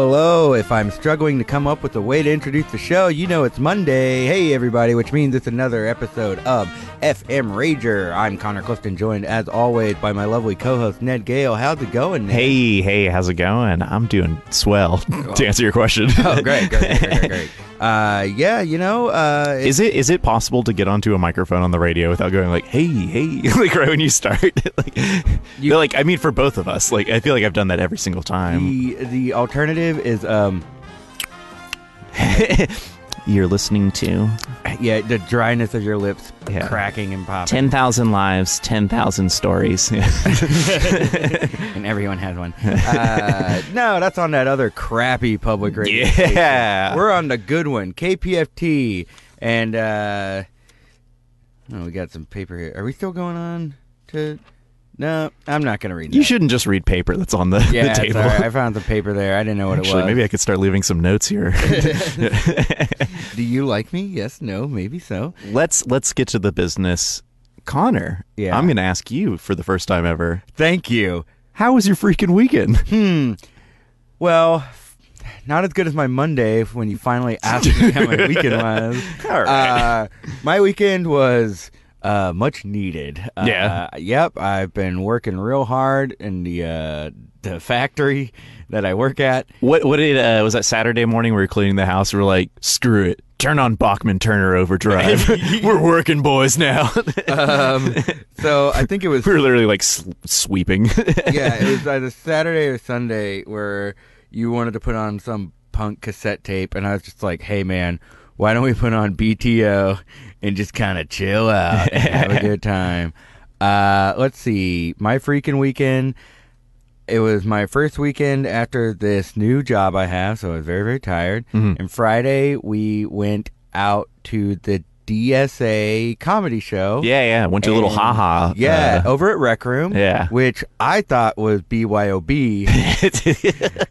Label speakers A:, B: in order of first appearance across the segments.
A: If I'm struggling to come up with a way to introduce the show, you know it's Monday. Hey, everybody, which means it's another episode of FM Rager. I'm Connor Clifton, joined as always by my lovely co host, Ned Gale. How's it going, Ned?
B: Hey, hey, how's it going? I'm doing swell. to answer your question,
A: Oh, great, great, great, great, great. great. Uh, yeah, you know, uh,
B: is it is it possible to get onto a microphone on the radio without going like, hey, hey, like right when you start? like,
A: You-
B: no, like, I mean, for both of us, like, I feel like I've done that every single time.
A: the, the alternative is, um,
B: You're listening to
A: yeah, the dryness of your lips
B: Yeah.
A: cracking and popping.
B: ten thousand lives, ten thousand stories.
A: and everyone has one. Uh, no, that's on that other crappy public radio.
B: Yeah.
A: station. we're on the good one, KPFT, and uh, oh, we got some paper here. Are we still going on to? No, I'm not gonna read.
B: you
A: that.
B: shouldn't just read paper that's on the,
A: Yeah,
B: the table.
A: sorry, I found some paper there. I didn't know what
B: Actually,
A: it was.
B: maybe I could start leaving some notes here.
A: Do you like me? Yes, no, maybe so.
B: let's let's get to the business. Connor,
A: Yeah.
B: I'm going to ask you for the first time ever.
A: Thank you.
B: How was your freaking weekend?
A: Well, not as good as my Monday when you finally asked me how my weekend was.
B: All right.
A: Uh, my weekend was uh, much needed. Uh,
B: Yeah.
A: Yep. I've been working real hard in the uh, the factory that I work at.
B: What what did uh, was that Saturday morning? We were cleaning the house. We are like, screw it, turn on Bachman Turner Overdrive. we're working, boys. Now
A: Um, so I think it was
B: we were literally like s sweeping.
A: yeah, it was either Saturday or Sunday where you wanted to put on some punk cassette tape, and I was just like, "Hey, man, why don't we put on BTO and just kind of chill out and have a good time?" Uh, let's see, my freaking weekend. It was my first weekend after this new job I have, so I was very very tired. And Friday we went out to the DSA comedy show.
B: yeah, yeah. Went to a little
A: And-
B: haha. uh,
A: Yeah, over at Rec Room.
B: Yeah.
A: Which I thought was BYOB,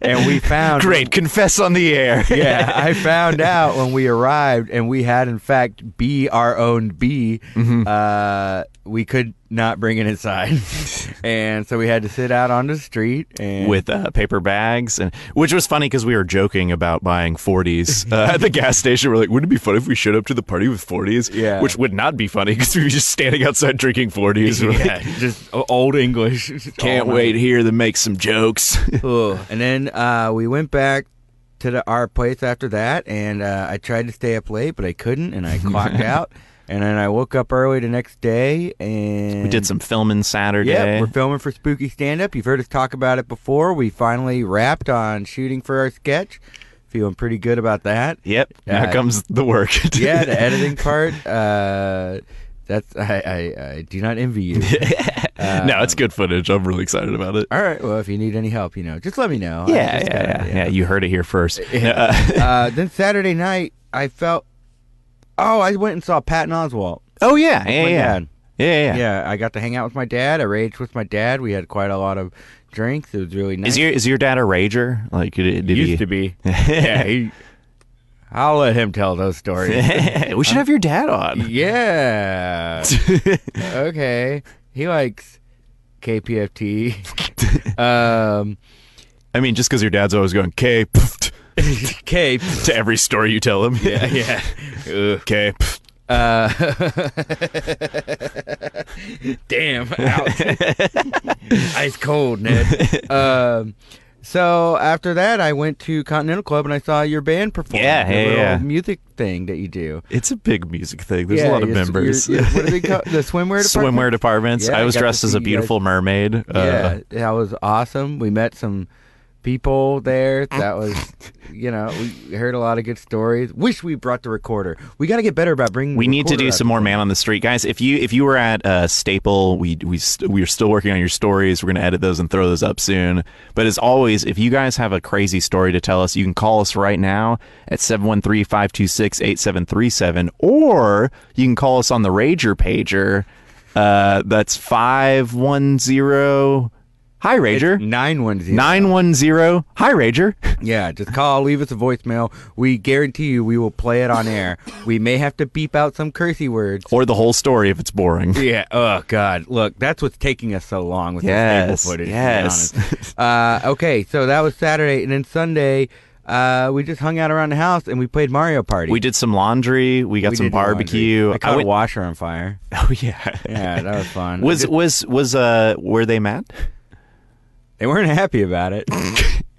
A: and we found
B: Great, confess on the air.
A: Yeah, I found out when we arrived, and we had in fact B our own B.
B: Mm-hmm.
A: Uh, we could not bring it inside, and so we had to sit out on the street and
B: With uh, paper bags, and which was funny because we were joking about buying 40s uh, at the gas station. We're like, wouldn't it be funny if we showed up to the party with 40s?
A: Yeah.
B: Which would not be funny because we were just standing outside drinking 40s. We're like, "Oh
A: yeah, just o- old English. Oh Just
B: Can't
A: all night.
B: wait here to make some jokes.
A: Ugh. And then uh, we went back to the, our place after that, and uh, I tried to stay up late, but I couldn't, and I clocked out. And then I woke up early the next day, and
B: we did some filming Saturday.
A: Yeah, we're filming for Spooky Stand Up. You've heard us talk about it before. We finally wrapped on shooting for our sketch. Feeling pretty good about that.
B: Yep. Now
A: Uh,
B: comes the work.
A: Yeah, the editing part. Uh, that's I, I, I do not envy you.
B: no,
A: Um,
B: it's good footage. I'm really excited about it.
A: All right. Well, if you need any help, you know, just let me know. I
B: Yeah,
A: just
B: yeah,
A: gotta-
B: yeah, yeah. You heard it here first. Uh,
A: uh, then Saturday night, I felt. Oh, I went and saw Patton Oswalt.
B: oh yeah, yeah,
A: my
B: yeah.
A: God.
B: yeah, yeah, yeah.
A: Yeah, I got to hang out with my dad. I raged with my dad. We had quite a lot of drinks. It was really nice.
B: Is your is your dad a rager? Like did, did
A: used
B: he?
A: to be? yeah, he, I'll let him tell those stories.
B: we should have your dad on.
A: yeah. Okay. He likes KPFT. Um,
B: I mean, just because your dad's always going K pfft,"
A: K.
B: to every story you tell him. Yeah,
A: yeah.
B: K. pfft.
A: Uh, damn, ouch. ice cold, Ned. Um, so after that, I went to Continental Club and I saw your band perform.
B: Yeah,
A: your
B: yeah,
A: little
B: yeah.
A: music thing that you do.
B: It's a big music thing. There's
A: Yeah,
B: a lot of
A: your-
B: members.
A: your- your- what do they call the swimwear? Department?
B: Swimwear departments.
A: Yeah,
B: I
A: I
B: was
A: got to
B: dressed as
A: see
B: a
A: you guys-
B: beautiful mermaid. Uh,
A: yeah, that was awesome. We met some people there. That was, you know, we heard a lot of good stories. Wish we brought the recorder. We got to get better about bringing.
B: We
A: the
B: need to
A: recorder
B: do
A: out.
B: some more man on the street, guys. If you if you were at uh, Staple, we we st- we are still working on your stories. We're gonna edit those and throw those up soon. But as always, if you guys have a crazy story to tell us, you can call us right now at 713-526-8737, or you can call us on the Rager pager. Uh, that's five one zero. Hi Rager.
A: Nine one zero.
B: Nine one zero. Hi Rager.
A: Yeah, just call, leave us a voicemail. We guarantee you we will play it on air. We may have to beep out some cursey words.
B: Or the whole story if it's boring.
A: Yeah. Oh God. Look, that's what's taking us so long with
B: Yes,
A: this table footage.
B: yes.
A: To be honest. uh, okay, so that was Saturday, and then Sunday, uh, we just hung out around the house and we played Mario Party.
B: We did some laundry. We got
A: We
B: some
A: did laundry.
B: barbecue.
A: I caught
B: I
A: a
B: went-
A: washer on fire.
B: oh yeah.
A: Yeah, that was fun. I
B: was
A: did-
B: was was uh were they mad?
A: they weren't happy about it.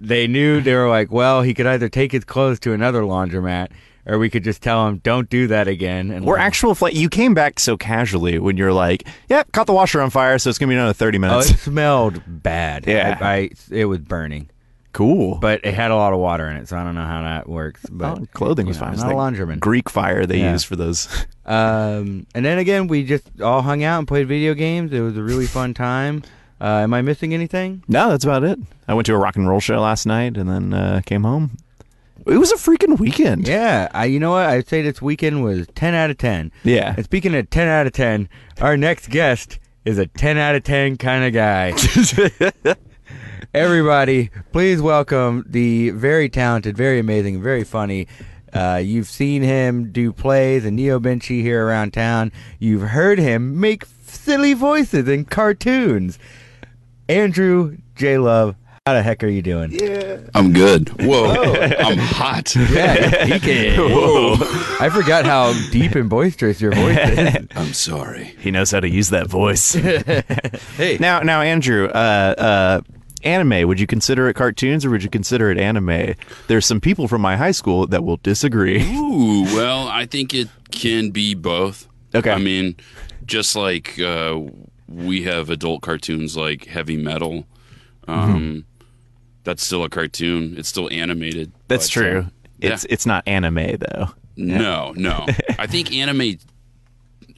A: they knew they were like, well, he could either take his clothes to another laundromat, or we could just tell him, don't do that again. And
B: We're actual flight. You came back so casually when you're like, "Yeah, caught the washer on fire, so it's gonna be another thirty
A: Oh, it
B: minutes."
A: smelled bad.
B: Yeah.
A: I, I- it was burning,
B: cool.
A: but it had a lot of water in it, so I don't know how that works. But
B: Oh, clothing
A: you
B: was
A: know,
B: fine. It's
A: I'm
B: like
A: not a laundryman.
B: Greek fire they
A: Yeah.
B: use for those.
A: Um, and then again, we just all hung out and played video games. It was a really fun time. Uh, am I missing anything?
B: no, that's about it. I went to a rock and roll show last night and then uh, came home. It was a freaking weekend.
A: Yeah, I. You know what? I'd say this weekend was ten out of ten.
B: Yeah.
A: And speaking of ten out of ten, our next guest is a ten out of ten kind of guy. Everybody, please welcome the very talented, very amazing, very funny. Uh, you've seen him do plays and Neo Benchy here around town. You've heard him make silly voices in cartoons. Andrew J. Love, how the heck are you doing?
C: I'm good. Whoa, I'm hot.
A: Yeah, he can. I forgot how deep and boisterous your voice is.
C: I'm sorry.
B: He knows how to use that voice. Now, now, Andrew, uh, uh, anime. Would you consider it cartoons or would you consider it anime? There's some people from my high school that will disagree.
C: Ooh, well, I think it can be both.
B: Okay.
C: I mean, just like uh, we have adult cartoons like heavy metal. Um, That's still a cartoon. It's still animated.
B: That's
C: but, uh,
B: true. It's it's not anime though.
C: No, no. I think anime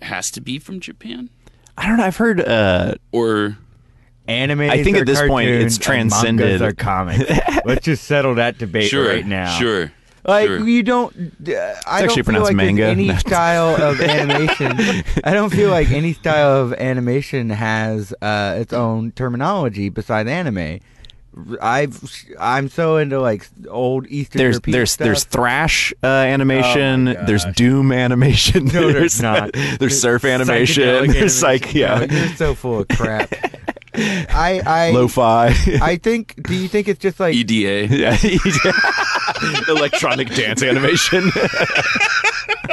C: has to be from Japan
B: I don't know. I've heard. Uh,
C: or
A: Anime.
B: I think at this point, it's transcended-
A: Our comics. Let's just settle that debate
C: sure
A: right now.
C: Sure.
A: Like
C: sure.
A: you don't. Uh, I don't
B: actually
A: feel
B: pronounced
A: like there's
B: manga.
A: any
B: No.
A: style of animation. I don't feel like any style of animation has uh, its own terminology besides anime. I've I'm so into like old Eastern
B: there's
A: European
B: there's
A: stuff.
B: there's thrash uh, animation.
A: Oh my
B: there's
A: gosh.
B: doom animation.
A: No, there's not.
B: There's surf animation.
A: Psychedelic
B: There's like
A: animation.
B: yeah,
A: No, you're so full of crap. I I
B: lo-fi.
A: I think. Do you think it's just
C: E
A: like?
C: EDA.
B: Yeah. Electronic dance animation.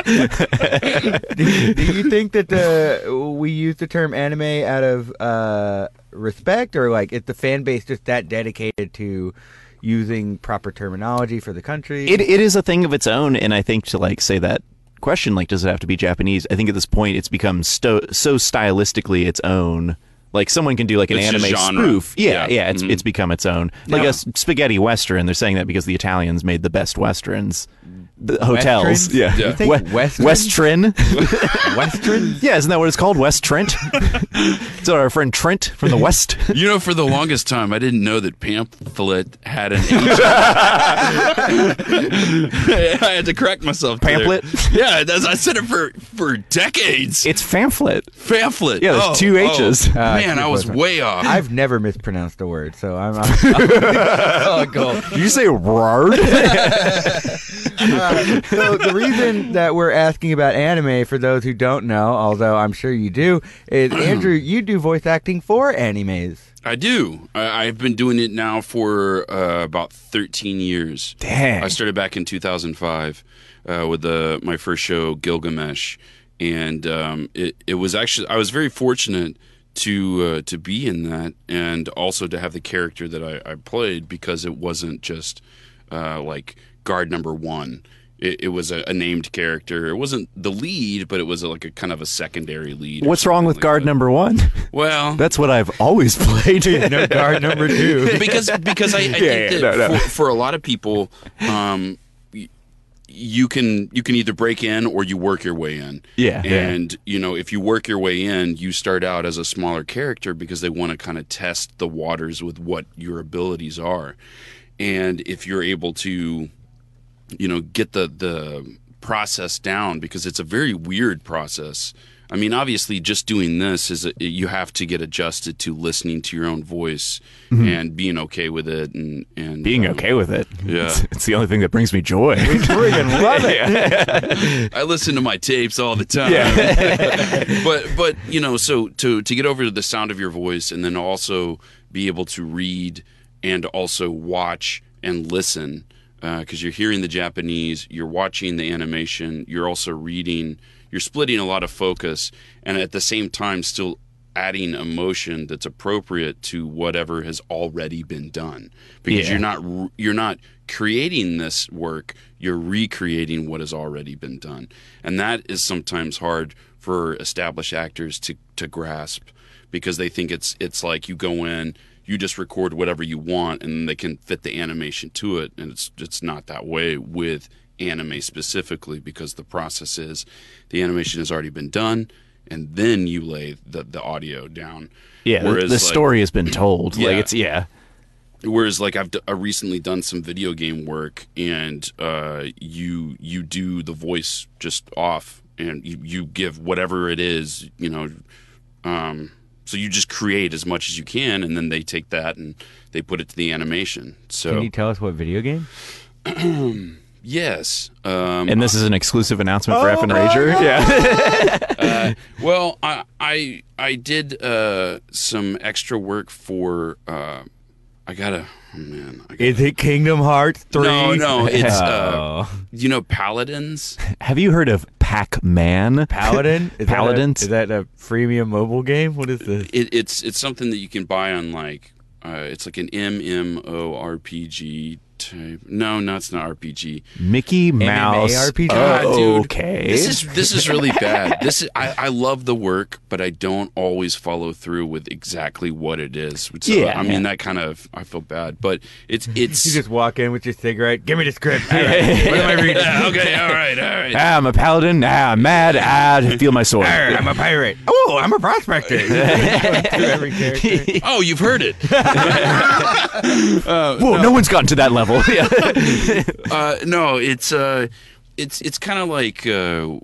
A: Do you, do you think that the we use the term anime out of uh, respect, or like is the fan base just that dedicated to using proper terminology for the country?
B: it, it is a thing of its own and i think to like say that question like does it have to be japanese i think at this point it's become sto- so stylistically its own like someone can do like an
C: It's a
B: anime
C: genre.
B: spoof yeah yeah,
C: Yeah. Mm-hmm.
B: it's, it's become its own like a s- spaghetti western they're saying that because the italians made the best westerns the hotels
A: Westerns?
B: yeah,
C: You
A: think westerns?
B: west Trent.
A: Western.
B: yeah isn't that what it's called west trent it's our friend trent from the west
C: You know, for the longest time, I didn't know that pamphlet had an H. I had to correct myself. there.
B: Pamphlet?
C: Yeah, that's, I said it for for decades.
B: it's pamphlet
C: pamphlet.
B: Yeah, there's
C: oh,
B: two
C: oh.
B: H's. Uh,
C: man, I was way off.
A: I've never mispronounced a word, so I'm. I'm oh, go.
B: Did you say rard
A: Uh, so the reason that we're asking about anime, for those who don't know, although I'm sure you do, is Andrew, you do voice acting for animes.
C: I do. I, I've been doing it now for uh, about 13 years.
B: Dang.
C: I started back in 2005 uh, with the, my first show, Gilgamesh, and um, it it was actually I was very fortunate to uh, to be in that, and also to have the character that I, I played because it wasn't just uh, like guard number one. It, it was a, a named character. It wasn't the lead, but it was like a kind of a secondary lead. or
B: what's wrong
C: something
B: with
C: like
B: guard
C: that.
B: number one
C: Well,
B: That's what I've always played.
A: No guard number two.
C: because because I, I think
B: yeah,
C: that
B: no, no.
C: For, for a lot of people, um, y- you can you can either break in or you work your way in.
B: Yeah, yeah.
C: and you know if you work your way in, you start out as a smaller character because they want to kind of test the waters with what your abilities are, and if you're able to you know get the the process down because it's a very weird process i mean obviously just doing this is a, you have to get adjusted to listening to your own voice and being okay with it and and
B: Being
C: uh,
B: okay with it.
C: Yeah.
B: It's, it's the only thing that brings me joy.
A: Friggin' love it.
C: I listen to my tapes all the time. but but you know, so to to get over the sound of your voice and then also be able to read and also watch and listen because you're hearing the Japanese, you're watching the animation, you're also reading, you're splitting a lot of focus, and at the same time, still adding emotion that's appropriate to whatever has already been done because
B: Yeah.
C: you're not re- you're not creating this work you're recreating what has already been done and that is sometimes hard for established actors to to grasp because they think it's it's like you go in you just record whatever you want and they can fit the animation to it and it's it's not that way with anime specifically because the process is the animation has already been done and then you lay the, the audio down
B: Yeah, the, the
C: like-
B: story has been told.
C: Yeah.
B: Like it's yeah,
C: Whereas, like I've d- I recently done some video game work, and uh, you you do the voice just off, and you, you give whatever it is, you know. Um, so you just create as much as you can, and then they take that and they put it to the animation.
A: Can
C: So
A: you tell us what video game?
C: yes, um,
B: and this is an exclusive announcement for
A: Oh
B: F and
A: my
B: Rager. Yeah,
C: Well, I I, I did uh, some extra work for. Uh, I gotta oh, man. I gotta,
A: Is it Kingdom Hearts 3?
C: No, no, it's, uh,
A: Oh.
C: you know paladins.
B: have you heard of Pac Man?
A: Paladin? Is
B: Paladins?
A: That a, is that a freemium mobile game? What is this?
C: It, it's it's something that you can buy on like uh, it's like an MMORPG type. No, no, it's not RPG.
B: Mickey Mouse.
A: MMORPG.
C: God, dude.
B: okay.
C: This is this is really bad. This is, I, I love the work, but I don't always follow through with exactly what it is. So,
B: Yeah.
C: I mean that kind of I feel bad, but it's it's
A: You just walk in with your cigarette. Give me the script. All right. What am I reading?
C: Yeah, okay, all right, all right.
B: Ah, I'm a paladin. Ah, I'm mad. Ah, I feel my sword.
A: Arr, I'm a pirate. Oh, I'm a prospector. Going through every character.
C: Oh, you've heard it.
B: Whoa, no. one's gotten to that level. Yeah.
C: uh, no, it's uh, it's it's kind of like uh,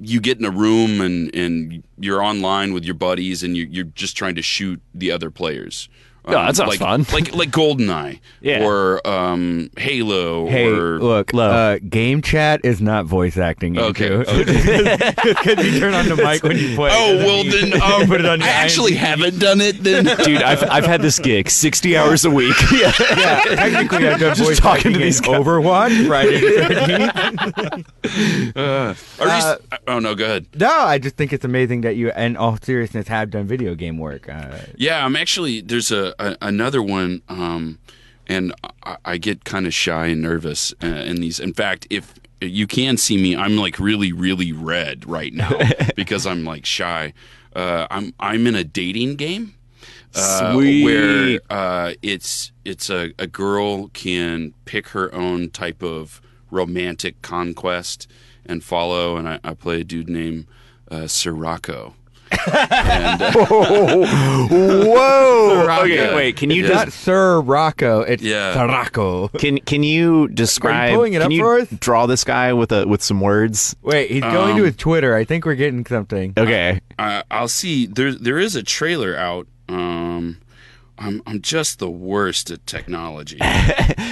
C: you get in a room and and you're online with your buddies and you, you're just trying to shoot the other players. Um,
B: Oh, that sounds
C: like,
B: fun.
C: Like like Goldeneye
B: Yeah.
C: or um, Halo
A: Hey,
C: or
A: look,
B: Love.
A: uh, game chat is not voice acting.
C: Okay,
A: Because you turn on the mic when you play.
C: oh well then um,
A: Put it on
C: I
A: your
C: actually haven't done it then.
B: Dude, I've, I've had this gig 60 hours a week. Yeah.
A: yeah, technically I've done
B: Just
A: voice
B: talking
A: acting
B: to these
A: in
B: guys.
A: Overwatch, Friday the 13th.
C: Are you s-
A: Uh,
C: oh no, go ahead.
A: No, I just think it's amazing that you, in all seriousness, have done video game work. Uh,
C: Yeah, I'm actually there's a, a another one, um, and I, I get kind of shy and nervous uh, in these. In fact, if you can see me, I'm like really, really red right now because I'm like shy. Uh, I'm I'm in a dating game. Uh,
B: Sweet.
C: Where uh, it's it's a, a girl can pick her own type of romantic conquest and follow, and I, I play a dude named uh, Sirocco. and, uh,
B: Whoa.
C: Rock
B: Oh, Okay,
C: good.
B: wait. Can you
C: Yeah.
A: not
B: just,
A: Sir Rocco, it's
C: Yeah.
A: Sir Rocco.
B: can can you describe?
A: pulling it
B: can
A: up
B: you
A: for us?
B: Draw this guy with a with some words.
A: Wait, he's
C: Um,
A: going to his Twitter. I think we're getting something.
B: Okay.
C: I, I'll see. There, there is a trailer out. Um, I'm, I'm just the worst at technology.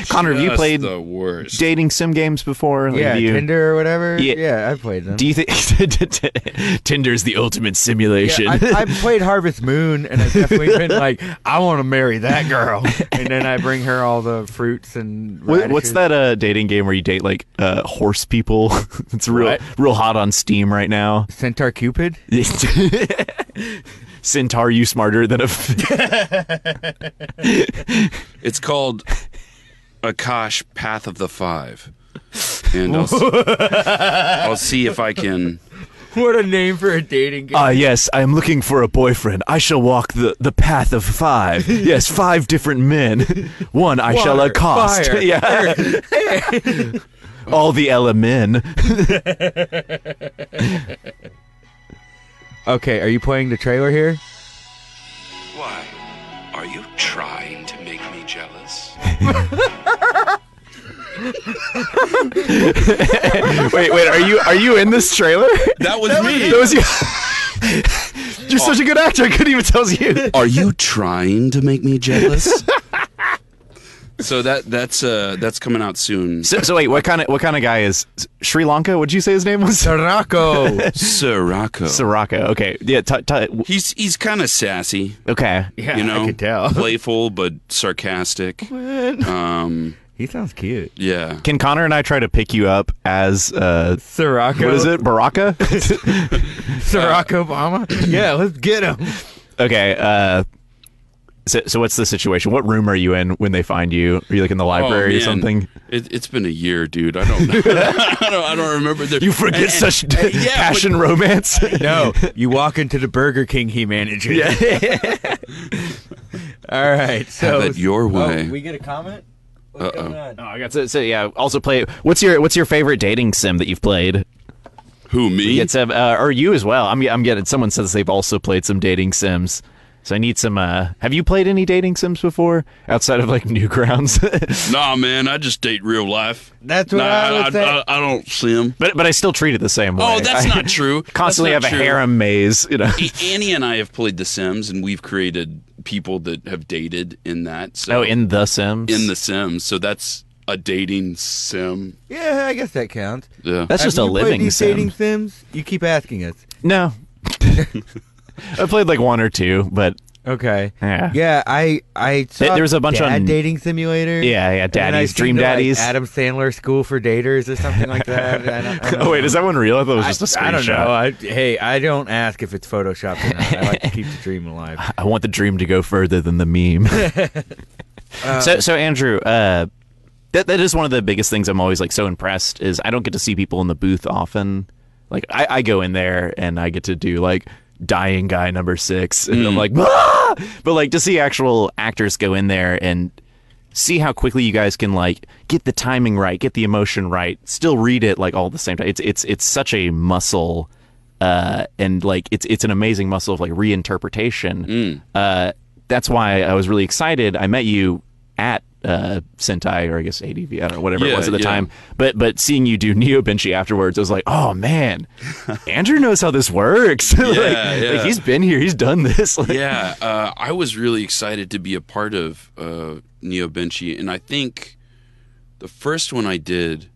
B: Connor, have you
C: Just
B: played
C: the worst.
B: dating sim games before? Like,
A: Yeah,
B: have you,
A: Tinder or whatever.
B: Yeah.
A: Yeah, I played them.
B: Do you think Tinder's the ultimate simulation?
A: yeah, I, I played Harvest Moon, and I've definitely been like, I want to marry that girl, and then I bring her all the fruits and.
B: Wha-
A: radishes.
B: what's that uh, dating game where you date like uh, horse people? it's real,
A: What?
B: real hot on Steam right now.
A: Centaur Cupid?
B: Centaur, you smarter than a. F-
C: It's called Akash Path of the Five. And I'll, s- I'll see if I can.
A: What a name for a dating game.
B: ah, yes, I am looking for a boyfriend. I shall walk the, the path of five. Yes, five different men. One I shall
A: Water,
B: accost.
A: fire,
B: yeah. All the element.
A: okay, are you playing the trailer here?
C: Why? Are you trying to make me jealous?
B: Wait, wait, are you are you in this trailer?
C: That was me.
B: That was you. You're such a good actor. I couldn't even tell you.
C: Are you trying to make me jealous? so that that's uh that's coming out soon.
B: So, so wait, what kind of what kind of guy is Sri Lanka? What'd you say his name was?
A: Rocco.
C: Sirocco.
B: Soraka. Okay, yeah. T- t-
C: He's he's kind of sassy.
B: okay.
A: yeah,
C: you know,
A: I could tell.
C: playful but sarcastic. Um,
A: He sounds cute.
C: Yeah.
B: Can Connor and I try to pick you up as uh,
A: Sirocco.
B: what is it, Baraka?
A: Sirocco Obama? yeah, let's get him.
B: okay. Uh, so, so what's the situation? What room are you in when they find you? Are you like in the library or
C: Oh, man.
B: something?
C: It, it's been a year, dude. I don't. I don't, I don't remember. The,
B: You forget
C: and-
B: such
C: and- and- yeah,
B: passion romance.
A: No, you walk into the Burger King he manages. All right. So
C: Have it your way.
A: Oh, we get a comment? What's
C: Uh-oh.
A: going on?
B: Oh, I got so, so yeah. Also play. What's your what's your favorite dating sim that you've played?
C: but- Who me?
B: It's uh, uh, or you as well. I'm I'm getting. Someone says they've also played some dating sims. So I need some. Uh, have you played any dating sims before outside of like Newgrounds?
C: Nah, man. I just date real life.
A: That's what
C: Nah,
A: I was saying.
C: I, I don't sim.
B: but but I still treat it the same way.
C: Oh, that's
B: I
C: not true. That's
B: Constantly
C: not
B: have
C: true.
B: a harem maze. You know.
C: A- Annie and I have played The Sims, and we've created people that have dated in that. So
B: Oh, in the Sims.
C: in The Sims, so that's a dating sim.
A: yeah, I guess that counts.
C: Yeah.
B: That's just
A: Have
B: a
A: you played
B: living
A: these dating
B: sim.
A: sims? You keep asking us.
B: No. I played like one or two, but eh.
A: Okay.
B: Yeah.
A: Yeah. I I saw
B: There- there was a bunch
A: Dad
B: on-
A: dating simulator.
B: yeah, yeah,
A: and then I
B: daddies,
A: seen
B: dream
A: the, like,
B: daddies.
A: Adam Sandler School for Daters or something like that. I don't- I don't
B: oh wait, is that one real? I thought it was
A: I,
B: just a screenshot.
A: I don't know. I, hey, I don't ask if it's photoshopped or not. I like to keep the dream alive.
B: I want the dream to go further than the meme. so, so Andrew, uh, that that is one of the biggest things I'm always like so impressed is I don't get to see people in the booth often. Like I, I go in there and I get to do like dying guy number six, and I'm like, "Ah!" but like to see actual actors go in there and see how quickly you guys can like get the timing right, get the emotion right, still read it like all at the same time. It's it's it's such a muscle uh, and like it's it's an amazing muscle of like reinterpretation.
C: Mm.
B: Uh, that's why I was really excited. I met you at uh, Sentai or I guess ADV, I don't know whatever it
C: Yeah,
B: was at the
C: yeah.
B: time. But but seeing you do Neo Benchi afterwards, I was like, oh man, Andrew knows how this works. like,
C: yeah.
B: like, he's been here, he's done this. Like,
C: yeah, uh, I was really excited to be a part of uh, Neo Benchi, and I think the first one I did,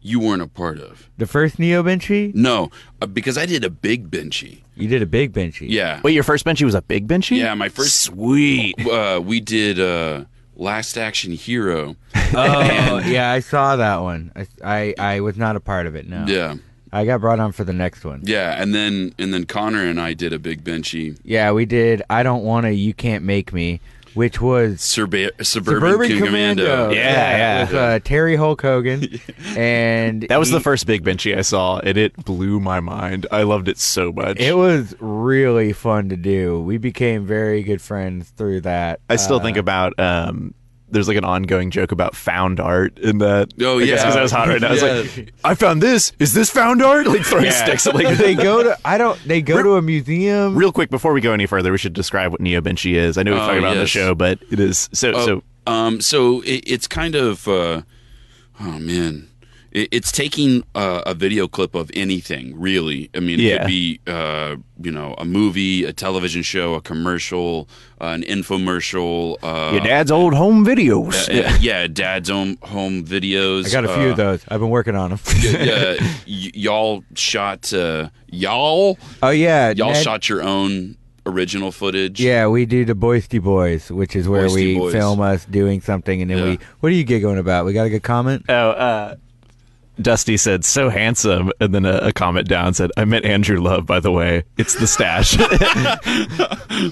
C: you weren't a part of.
A: The first Neo Benchy?
C: No, uh, because I did a big Benchi.
A: You did a big Benchy.
C: Yeah,
B: Wait, your first Benchi was a big Benchi?
C: yeah. My first,
B: Sweet.
C: uh, we did uh, Last Action Hero.
A: Oh, yeah, I saw that one. I, I, I was not a part of it, no.
C: Yeah,
A: I got brought on for the next one.
C: yeah, and then and then Connor and I did a big Benchi.
A: Yeah, we did I Don't Wanna, You Can't Make Me, which was
C: Surba- Suburban,
A: Suburban
C: King
A: Commando.
C: Commando.
B: Yeah, yeah.
A: With uh, Terry Hulk Hogan. and
B: That was
A: he-
B: the first big Benchy I saw, and it blew my mind. I loved it so much.
A: It was really fun to do. We became very good friends through that.
B: I still think about um, there's like an ongoing joke about found art in that.
C: Oh,
B: I guess
C: yeah.
B: because I was hot right now. I was
C: Yeah.
B: like, I found this. Is this found art? Like throwing sticks at like.
A: Because they go to I don't they go to a museum.
B: Real quick, before we go any further, we should describe what Neo Benchi is. I know we've
C: Oh,
B: talked about it on the
C: yes.
B: show, but it is so so.
C: um, so it, it's kind of uh, oh man, it, it's taking uh, a video clip of anything really. I mean, it
B: Yeah.
C: could be uh, you know a movie, a television show, a commercial, uh, an infomercial. Uh,
B: Your dad's old home videos.
C: yeah, yeah, dad's home home videos.
A: I got a few
C: uh,
A: of those. I've been working on them.
C: yeah, y- y'all shot uh, y'all
A: oh yeah,
C: y'all
A: Ned-
C: shot your own original footage.
A: Yeah, we do the Boisty Boys, which is where
C: Boisty
A: we
C: Boys.
A: film us doing something, and then we.
C: Yeah.
A: What are you giggling about? We got a good comment.
B: Oh, uh, Dusty said, so handsome. And then a, a comment down said, I met Andrew Love, by the way. It's the stash. All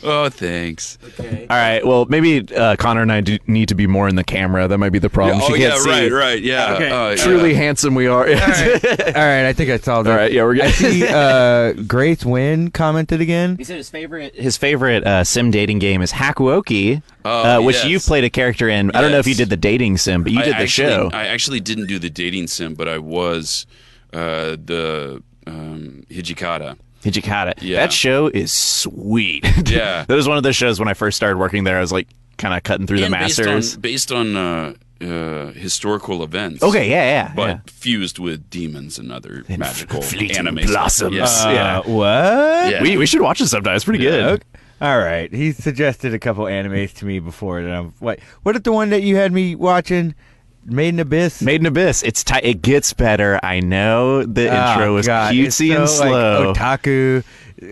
C: Oh, thanks.
B: right. Well, maybe uh, Connor and I do need to be more in the camera. That might be the problem.
C: oh
B: she can't
C: yeah,
B: see.
C: right, right. Yeah. Uh, yeah.
B: Truly handsome we are.
A: All right, I think I saw that.
B: All right, yeah, we're good.
A: I see uh, Grace Wynn commented again.
B: He said his favorite his favorite uh, sim dating game is Hakuoki,
C: Oh,
B: uh, which
C: yes.
B: you played a character in. I don't know if you
C: Yes.
B: did the dating sim, but you did
C: I
B: the
C: actually,
B: show.
C: I actually didn't do the dating sim, but I was uh, the um, Hijikata.
B: Hijikata.
C: Yeah.
B: That show is sweet.
C: Yeah.
B: that was one of those shows when I first started working there. I was like kind of cutting through the
C: And
B: masters.
C: based on, based on uh, uh, historical events.
B: okay, yeah, yeah,
C: But
B: yeah.
C: fused with demons and other magical
B: fleeting
C: anime
B: blossoms.
C: Yes.
B: Uh, Yeah.
A: Uh, what?
C: Yeah.
B: We, we should watch it sometime. It's pretty good.
A: Okay. All right. He suggested a couple animes to me before, and I'm like, what if the one that you had me watching, Made in Abyss?
B: Made in Abyss. It's ti it gets better. I know the
A: Oh,
B: intro was
A: God, it's
B: cutesy and
A: so,
B: slow.
A: Like, oh, otaku,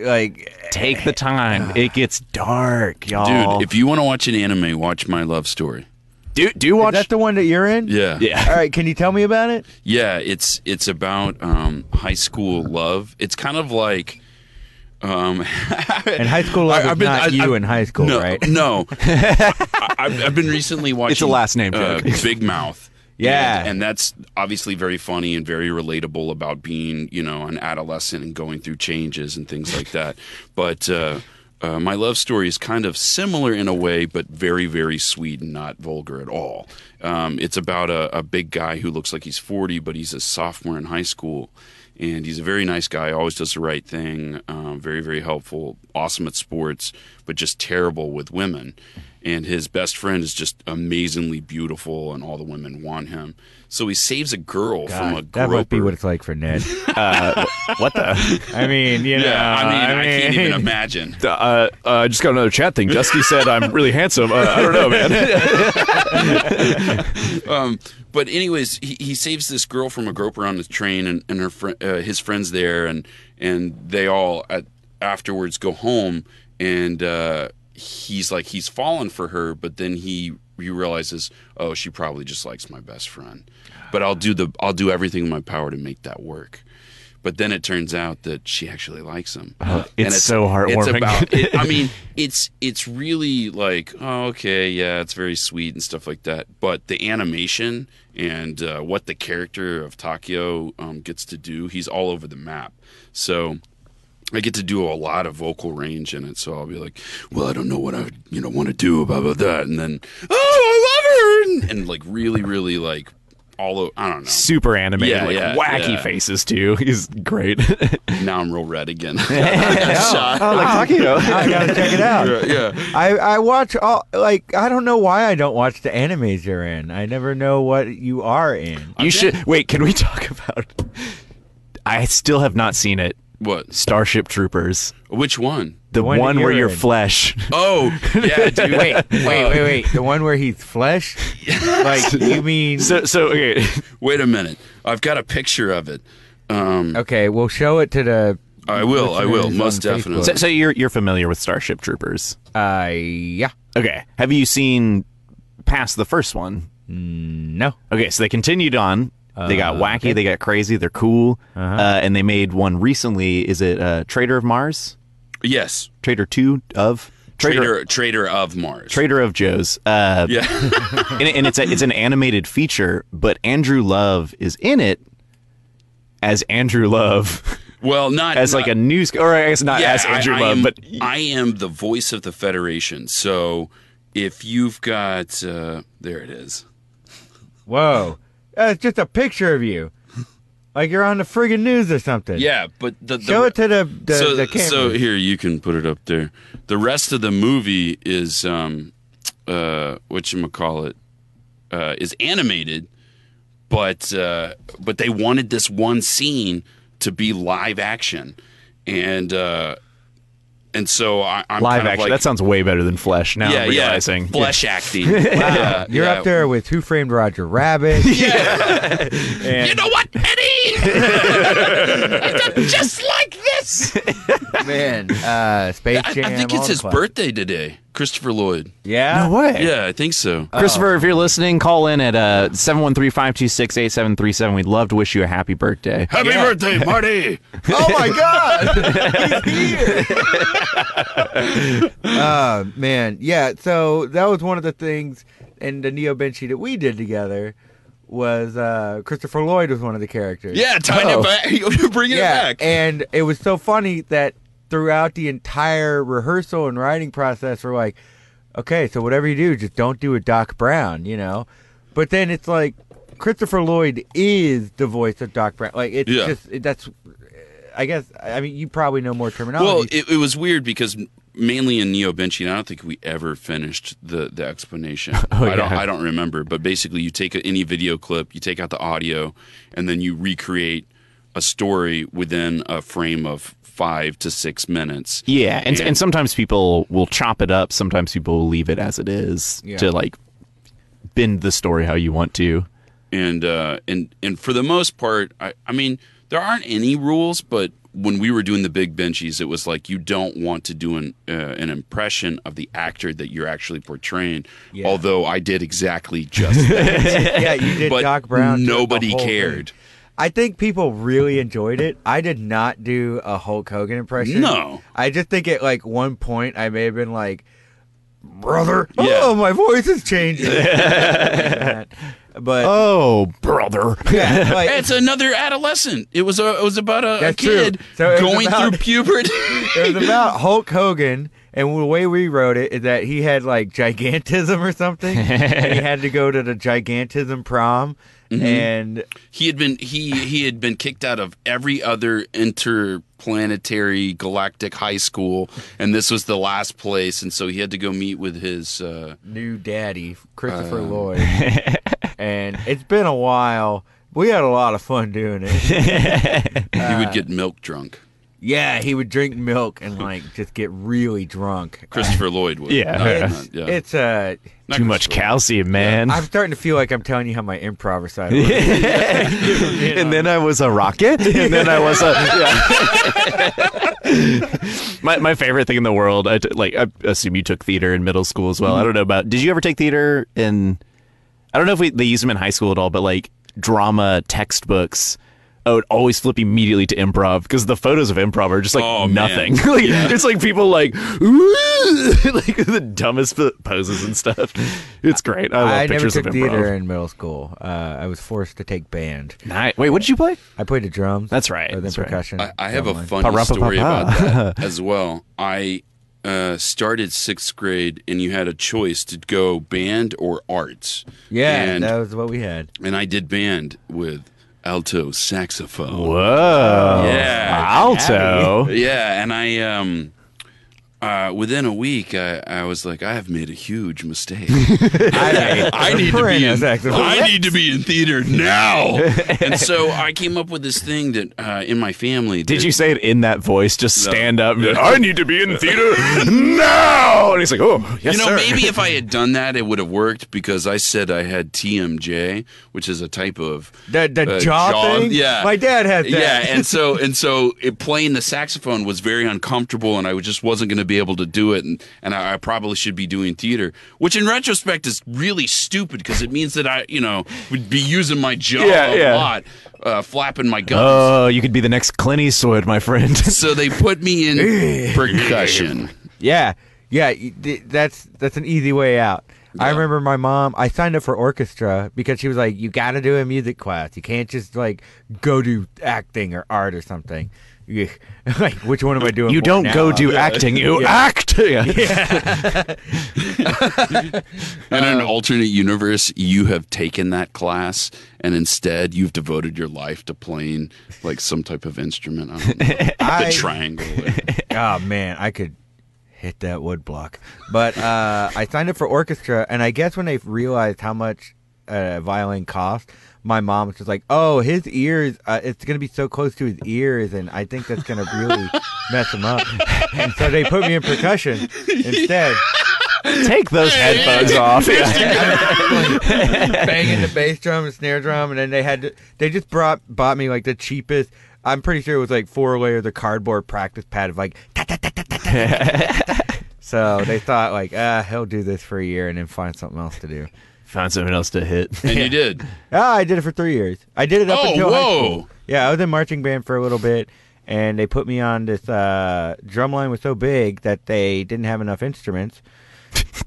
A: like
B: Take the time. It gets dark, y'all.
C: Dude, if you want to watch an anime, watch My Love Story.
B: Do do watch.
A: Is that the one that you're in?
C: Yeah.
B: yeah.
A: All right, can you tell me about it?
C: Yeah, it's it's about um, high school love. It's kind of like um,
A: And high school love
C: I-
A: is
C: I've been-
A: not
C: I-
A: you
C: I've-
A: in high school,
C: no,
A: right?
C: No, I, I've, I've been recently watching.
B: a last name
C: uh,
B: joke.
C: Big Mouth.
B: Yeah.
C: and, and that's obviously very funny and very relatable about being you know an adolescent and going through changes and things like that. But uh, uh, my love story is kind of similar in a way, but very very sweet and not vulgar at all. Um, it's about a, a big guy who looks like he's forty, but he's a sophomore in high school. And he's a very nice guy, always does the right thing, um, very, very helpful, awesome at sports, but just terrible with women and his best friend is just amazingly beautiful, and all the women want him. So he saves a girl from a
A: that must be
C: groper.
A: what it's like for Ned.
B: what the?
A: I mean, you know,
C: yeah, I mean, I, can't
A: mean-
C: even imagine.
B: Uh, uh, I just got another chat thing. Justy said I'm really handsome. Uh, I don't know, man.
C: Um, but anyways, he, he saves this girl from a groper on the train, and, and her fri uh, his friends there, and and they all at, afterwards go home, and uh, he's like he's fallen for her, but then he he realizes, oh, she probably just likes my best friend, but I'll do the I'll do everything in my power to make that work. But then it turns out that she actually likes him.
B: Uh, it's so heartwarming.
C: It's about, it, I mean, it's it's really like oh, okay, yeah, it's very sweet and stuff like that. But the animation and uh, what the character of Takio um, gets to do, he's all over the map. So I get to do a lot of vocal range in it. So I'll be like, well, I don't know what I you know want to do about, about that, and then oh, I love her, and, and like really, really like all o I don't know.
B: Super animated,
C: Yeah,
B: like
C: yeah,
B: wacky
C: yeah.
B: faces too. He's great.
C: Now I'm real red again.
A: Oh,
B: like
A: I gotta check it out.
C: yeah.
A: I, I watch all like I don't know why I don't watch the animes you're in. I never know what you are in.
B: You should wait. Can we talk about? I still have not seen it.
C: What?
B: Starship Troopers,
C: Which one?
B: the
A: When
B: one,
A: you're
B: where you're
A: in.
B: flesh.
C: Oh, yeah, dude.
A: Wait, wait, wait, wait. The one where he's flesh? like you mean
B: So so okay.
C: Wait a minute. I've got a picture of it. Um,
A: Okay, we'll show it to the
C: I will. I will.
A: listeners
C: Most
A: on Facebook.
C: definitely.
B: So, so you're you're familiar with Starship Troopers?
A: uh yeah.
B: Okay. Have you seen past the first one?
A: No.
B: Okay, so they continued on. They got wacky. They got crazy. They're cool. uh and they made one recently. Is it uh, Trader of Mars?
C: yes.
B: Trader Two of
C: Trader, trader of Mars.
B: Trader of Joe's. Uh,
C: yeah.
B: and, and it's a, it's an animated feature, but Andrew Love is in it as Andrew Love,
C: well, not
B: as like a news, or I guess not
C: yeah,
B: as Andrew
C: I, I
B: Love,
C: am,
B: but
C: I am the voice of the Federation. So if you've got uh, there, it is.
A: Whoa. That's just a picture of you. Like you're on the friggin' news or something.
C: Yeah, but the, the
A: Show it to the the,
C: so,
A: the camera.
C: so here you can put it up there. The rest of the movie is um uh what you call it uh is animated, but uh but they wanted this one scene to be live action. And uh and so I, I'm
B: live
C: kind of
B: action.
C: like,
B: that sounds way better than Flesh. Now
C: yeah,
B: I'm realizing.
C: yeah, flesh acting. yeah,
A: you're
C: yeah.
A: up there with Who Framed Roger Rabbit.
C: You know what, Eddie? just like this.
A: Man, uh, Space
C: I,
A: Jam.
C: I think
A: all
C: it's
A: the
C: his
A: classics.
C: birthday today, Christopher Lloyd.
A: Yeah.
B: No way.
C: Yeah, I think so.
B: Uh, Christopher, if you're listening, call in at uh, 713-526-8737. We'd love to wish you a happy birthday.
C: Happy birthday, Marty!
A: Oh my God! uh, man, yeah. So that was one of the things in the Neo Benchy that we did together was uh, Christopher Lloyd was one of the characters.
C: Yeah, tying
B: Oh.
C: it back. You're bringing
A: yeah.
C: it back.
A: And it was so funny that throughout the entire rehearsal and writing process, we're like, okay, so whatever you do, just don't do a Doc Brown, you know. But then it's like Christopher Lloyd is the voice of Doc Brown. Like it's
C: Yeah.
A: just it, that's. I guess I mean you probably know more terminology.
C: well, it, it was weird because mainly in Neo Benchi, and I don't think we ever finished the, the explanation. I don't
B: yeah.
C: I don't remember, but basically you take any video clip, you take out the audio, and then you recreate a story within a frame of five to six minutes.
B: Yeah, and, and sometimes people will chop it up. Sometimes people will leave it as it is
A: Yeah.
B: to like bend the story how you want to.
C: and uh, and and for the most part, I, I mean, there aren't any rules, but when we were doing the big benchies, it was like you don't want to do an uh, an impression of the actor that you're actually portraying.
A: Yeah.
C: Although I did exactly just that,
A: yeah, you did
C: but
A: Doc Brown. throughout the
C: nobody
A: whole thing.
C: cared.
A: I think people really enjoyed it. I did not do a Hulk Hogan impression.
C: No.
A: I just think at like one point I may have been like, "Brother,
C: Yeah.
A: oh my voice is changing." but
B: Oh, brother.
A: yeah, like,
C: It's another adolescent. It was a it was about a, a
A: That's true.
C: kid
A: So it was
C: going
A: about-
C: through puberty.
A: it was about Hulk Hogan, and the way we wrote it is that he had like gigantism or something, and he had to go to the gigantism prom,
C: Mm-hmm.
A: and
C: he had been he he had been kicked out of every other interplanetary galactic high school, and this was the last place, and so he had to go meet with his. Uh,
A: new daddy Christopher
B: Oh,
A: Lloyd, and it's been a while. We had a lot of fun doing it.
C: he
B: Uh,
C: would get milk drunk.
A: Yeah, he would drink milk and like just get really drunk.
C: Christopher Lloyd would.
B: Yeah.
C: Not-
A: It's,
C: not- yeah.
A: it's uh,
C: Not
B: Too much
C: Christopher Lloyd.
B: calcium, man.
A: I'm starting to feel like I'm telling you how my improv side. works.
B: and then I was a rocket, and then I was a. yeah. my my favorite thing in the world. I t- like. I assume you took theater in middle school as well. I don't know about. Did you ever take theater in? I don't know if we, they used them in high school at all, but like drama textbooks. I would always flip immediately to improv because the photos of improv are just like
C: Oh, man.
B: nothing. like, It's like people like, like the dumbest p- poses and stuff. It's great. I love
A: I never
B: pictures
A: took
B: of improv.
A: theater in middle school. Uh, I was forced to take band.
B: Ni- Wait, what did you play?
A: I played the drums.
B: That's right,
A: Or the
B: that's right.
A: percussion.
C: I, I have a
A: drumline.
C: funny
B: Pa-ra-pa-pa-pa.
C: story about that as well. I uh, started sixth grade, and you had a choice to go band or arts.
A: Yeah,
C: and
A: that was what we had.
C: and I did band with alto saxophone.
B: Whoa.
C: Yeah.
B: Alto.
C: Yeah, and I um, uh, within a week, I, I was like, I have made a huge mistake.
A: I,
C: I need to be in,
A: Exactly.
C: I need to be in theater now. and so I came up with this thing that uh, in my family.
B: Did
C: that-
B: you say it in that voice? Just
C: No.
B: stand up. and be like, I need to be in theater now. And he's like, oh, yes,
C: you know,
B: sir.
C: maybe if I had done that, it would have worked because I said I had TMJ, which is a type of
A: The, the
C: uh,
A: jaw,
C: jaw-
A: thing?
C: yeah.
A: My dad had that.
C: yeah, and so and so it, playing the saxophone was very uncomfortable, and I just wasn't going to be able to do it, and and I, I probably should be doing theater, which in retrospect is really stupid because it means that I you know would be using my jaw
B: Yeah,
C: a
B: yeah.
C: lot, uh, flapping my gums.
A: Uh.
B: Oh, you could be the next Clint Eastwood, my friend.
C: so they put me in percussion.
A: Yeah, yeah. y- th- That's that's an easy way out. I remember my mom. I signed up for orchestra because she was like, "You got to do a music class. You can't just like go do acting or art or something." Ugh. like, which one am I doing?
B: you
A: for
B: don't
A: now?
B: go do acting. You act. Yeah.
C: In an alternate universe, you have taken that class, and instead you've devoted your life to playing like some type of instrument. I don't know,
A: I-
C: the triangle.
A: oh man, I could hit that wood block. But uh, I signed up for orchestra, and I guess when they realized how much uh, violin cost, my mom was just like, "Oh, his ears. Uh, it's gonna be so close to his ears, and I think that's gonna really mess him up." And so they put me in percussion instead.
B: Take those headphones off. Yeah.
A: banging the bass drum and snare drum, and then they had to, they just brought bought me like the cheapest. I'm pretty sure it was like four layers of cardboard practice pad of like. ta- ta- ta- ta- ta- ta- ta- ta- ta. So they thought like, ah, he'll do this for a year and then find something else to do.
B: Found someone else to hit.
C: And you did.
A: Ah, I did it for three years. I did it up
C: Oh,
A: until high
C: whoa.
A: school. Yeah, I was in marching band for a little bit, and they put me on this. Uh, drum line was so big that they didn't have enough instruments.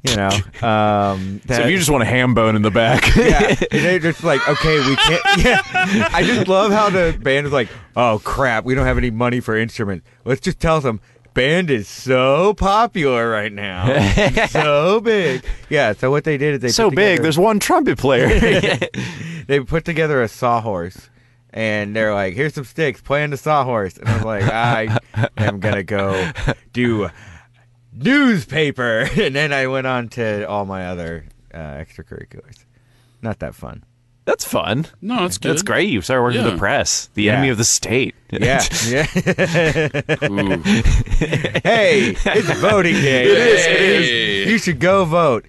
A: You know, um,
B: So if
A: that-
B: you just want a ham bone in the back.
A: yeah, and they're just like, okay, we can't. Yeah, I just love how the band is like, oh crap, we don't have any money for instruments. Let's just tell them, band is so popular right now, so big. Yeah, so what they did is they
B: so
A: put
B: big,
A: together,
B: there's one trumpet player.
A: they put together a sawhorse. And they're like, "Here's some sticks, playing the sawhorse." And I was like, "I am gonna go do newspaper." And then I went on to all my other uh, extracurriculars. Not that fun.
B: That's fun.
C: No, that's good.
B: That's great. You started working with
C: Yeah.
B: the press, the enemy of the state.
A: Yeah, yeah.
C: Ooh.
A: hey, it's voting day.
C: is, it is.
A: You should go vote.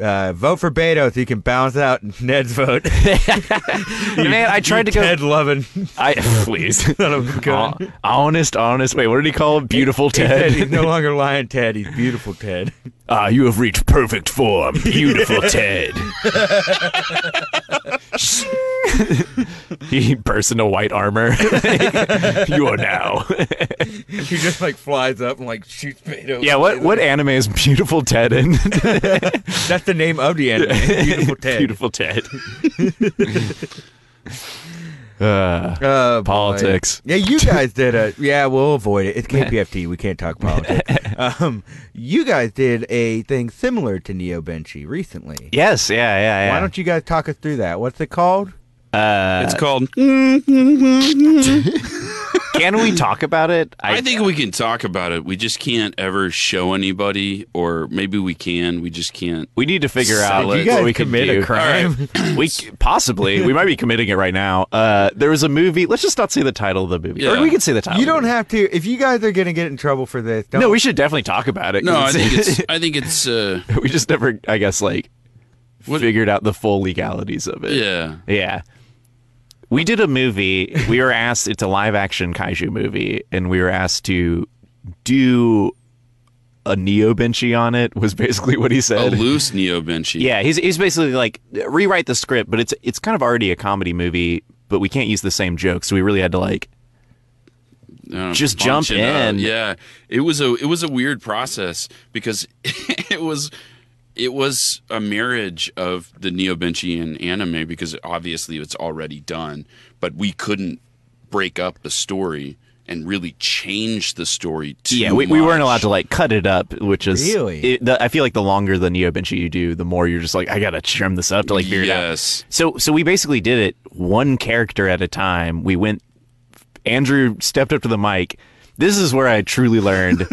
A: uh, vote for Beto so you can balance out Ned's vote.
B: Man, I tried to go.
A: Ted Lovin.
B: I please.
A: Son of a gun.
B: Hon- honest, honest. Wait, what did he call him? Beautiful
A: Ted,
B: Ted.
A: he's no longer lying, Ted. He's beautiful, Ted.
B: Ah, you have reached perfect form, beautiful Ted. he bursts into white armor. you are now.
A: He just like flies up and like shoots Beto.
B: yeah, what what anime is beautiful Ted in?
A: That's the name of the anime. Beautiful Ted.
B: beautiful Ted. uh,
A: Oh, boy.
B: Politics.
A: Yeah, you guys did a. Yeah, we'll avoid it. It's KPFT. E. We can't talk politics. Um, you guys did a thing similar to Neo Benchy recently.
B: yes, yeah, yeah, yeah.
A: Why don't you guys talk us through that? What's it called?
B: uh,
C: It's called.
B: can we talk about it?
C: I think we can talk about it. We just can't ever show anybody, or maybe we can. We just can't.
B: We need to figure
C: Did
B: out
C: you
B: like,
A: guys
B: what we could
A: commit a
B: do.
A: crime?
B: we c- possibly we might be committing it right now. Uh, there was a movie. Let's just not say the title of the movie, or
C: Yeah.
B: we can say the title.
A: You
B: of the
A: don't
B: movie.
A: have to. If you guys are gonna get in trouble for this, don't.
B: No, we should definitely talk about it.
C: No, I
B: 'cause
C: think it's. I think it's. Uh,
B: we just never, I guess, like
C: What-
B: figured out the full legalities of it.
C: yeah.
B: Yeah. We did a movie. We were asked, it's a live action kaiju movie, and we were asked to do a Neo Benchy on it, was basically what he
C: A
B: said.
C: loose Neo Benchy.
B: yeah, he's, he's basically like, rewrite the script, but it's, it's kind of already a comedy movie, but we can't use the same jokes. So we really had to, like,
C: know,
B: Just
C: punch
B: jump
C: it up.
B: in.
C: Yeah, it was a it was a weird process because it was it was a marriage of the neo and anime because obviously it's already done, but we couldn't break up the story and really change the story too.
B: yeah, we, we weren't
C: much.
B: allowed to like cut it up, which is
A: Really?
B: It, the, I feel like the longer the Neo Benchy you do, the more you're just like, I gotta trim this up to like figure it out.
C: Yes,
B: So so we basically did it one character at a time. We went Andrew stepped up to the mic. This is where I truly learned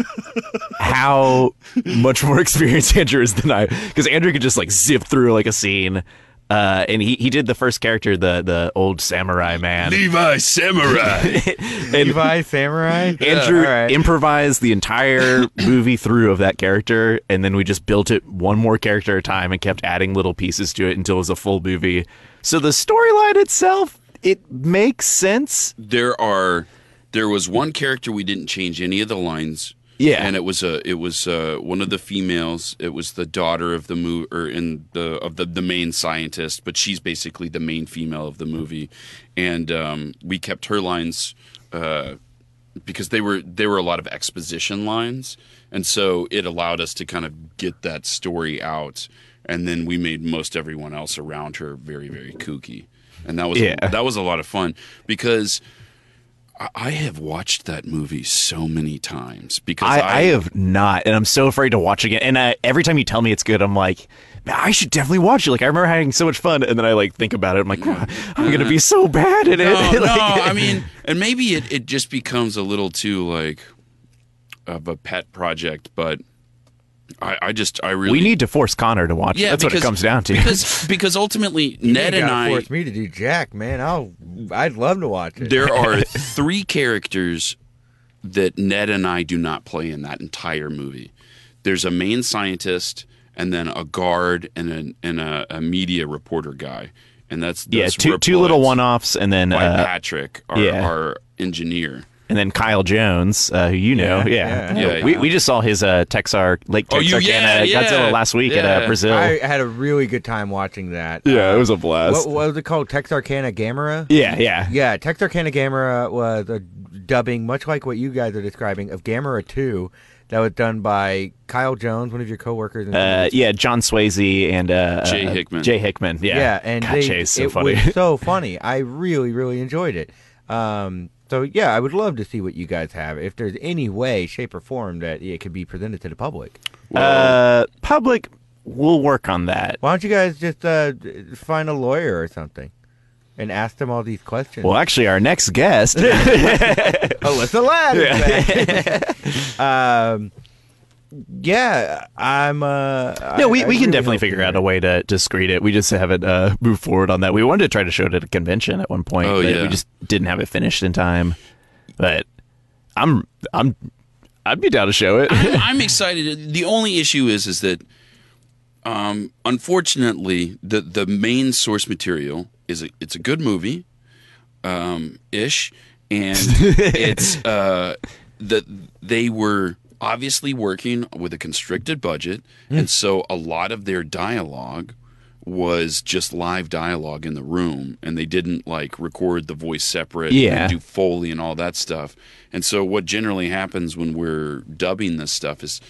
B: how much more experienced Andrew is than I because Andrew could just like zip through like a scene. Uh, and he, he did the first character, the the old samurai man.
C: Levi Samurai.
B: And
A: Levi Samurai.
B: Andrew
A: All right.
B: improvised the entire movie through of that character, and then we just built it one more character at a time and kept adding little pieces to it until it was a full movie. So the storyline itself, it makes sense.
C: there are there was one character we didn't change any of the lines.
B: Yeah.
C: and it was a it was uh one of the females. It was the daughter of the mo- or in the of the, the main scientist, but she's basically the main female of the movie, and um, we kept her lines uh, because they were they were a lot of exposition lines, and so it allowed us to kind of get that story out, and then we made most everyone else around her very very kooky, and that was
B: Yeah.
C: that was a lot of fun because. I- I have watched that movie so many times because
B: I, I have not, and I'm so afraid to watch again. And uh, every time you tell me it's good, I'm like, "Man, I should definitely watch it. Like I remember having so much fun, and then I like think about it. I'm like, I'm gonna be so bad at
C: no,
B: it.
C: no,
B: Like-
C: I mean, and maybe it, it just becomes a little too like of a pet project, but I, I just I really
B: we need to force Connor to watch. it.
C: yeah
B: That's
C: because,
B: what it comes down to.
C: because because ultimately Ned
A: You
C: and
A: gotta
C: I
A: force me to do Jack, man. I'll. I'd love to watch it.
C: there are three characters that Ned and I do not play in that entire movie. There's a main scientist and then a guard and a and a, a media reporter guy, and that's
B: yeah,
C: that's
B: two two
C: replaced
B: little one offs, and then
C: by
B: uh,
C: Patrick, our,
B: yeah.
C: our engineer.
B: and then Kyle Jones, uh, who you know, yeah,
A: yeah.
C: Yeah,
B: We,
C: yeah.
B: we just saw his uh, Texar Lake
C: Oh, you-
B: Texarkana
C: yeah,
B: Godzilla
C: yeah.
B: last week at uh,
C: Yeah.
B: Brazil.
A: I had a really good time watching that.
B: yeah, it was a blast.
A: What, what was it called? Texarkana Gamera.
B: yeah, yeah,
A: Yeah, Texarkana Gamera was a dubbing, much like what you guys are describing, of Gamera 2 that was done by Kyle Jones, one of your coworkers. In
B: uh, yeah. John Swayze and uh,
C: Jay
B: uh,
C: Hickman.
B: Jay Hickman. Yeah,
A: yeah. and
B: God,
A: they,
B: Jay's so
A: it
B: funny.
A: was so funny. I really, really enjoyed it. Um, so, yeah, I would love to see what you guys have. If there's any way, shape, or form that it could be presented to the public.
B: uh, public, we'll work on that.
A: Why don't you guys just uh, find a lawyer or something and ask them all these questions?
B: Well, actually, our next guest.
A: Alyssa Ladd. is back. um, yeah, I'm. Uh,
B: No, we, we can definitely figure out a way to, to screen it. We just haven't uh, moved forward on that. We wanted to try to show it at a convention at one point,
C: Oh,
B: but
C: yeah.
B: we just didn't have it finished in time. But I'm I'm I'd be down to show it.
C: I'm, I'm excited. The only issue is is that Um, unfortunately, the the main source material is a, it's a good movie, um, ish, and it's uh, that they were obviously working with a constricted budget,
B: Hmm.
C: and so a lot of their dialogue was just live dialogue in the room, and they didn't like record the voice separate,
B: Yeah.
C: and do foley and all that stuff. And so, what generally happens when we're dubbing this stuff is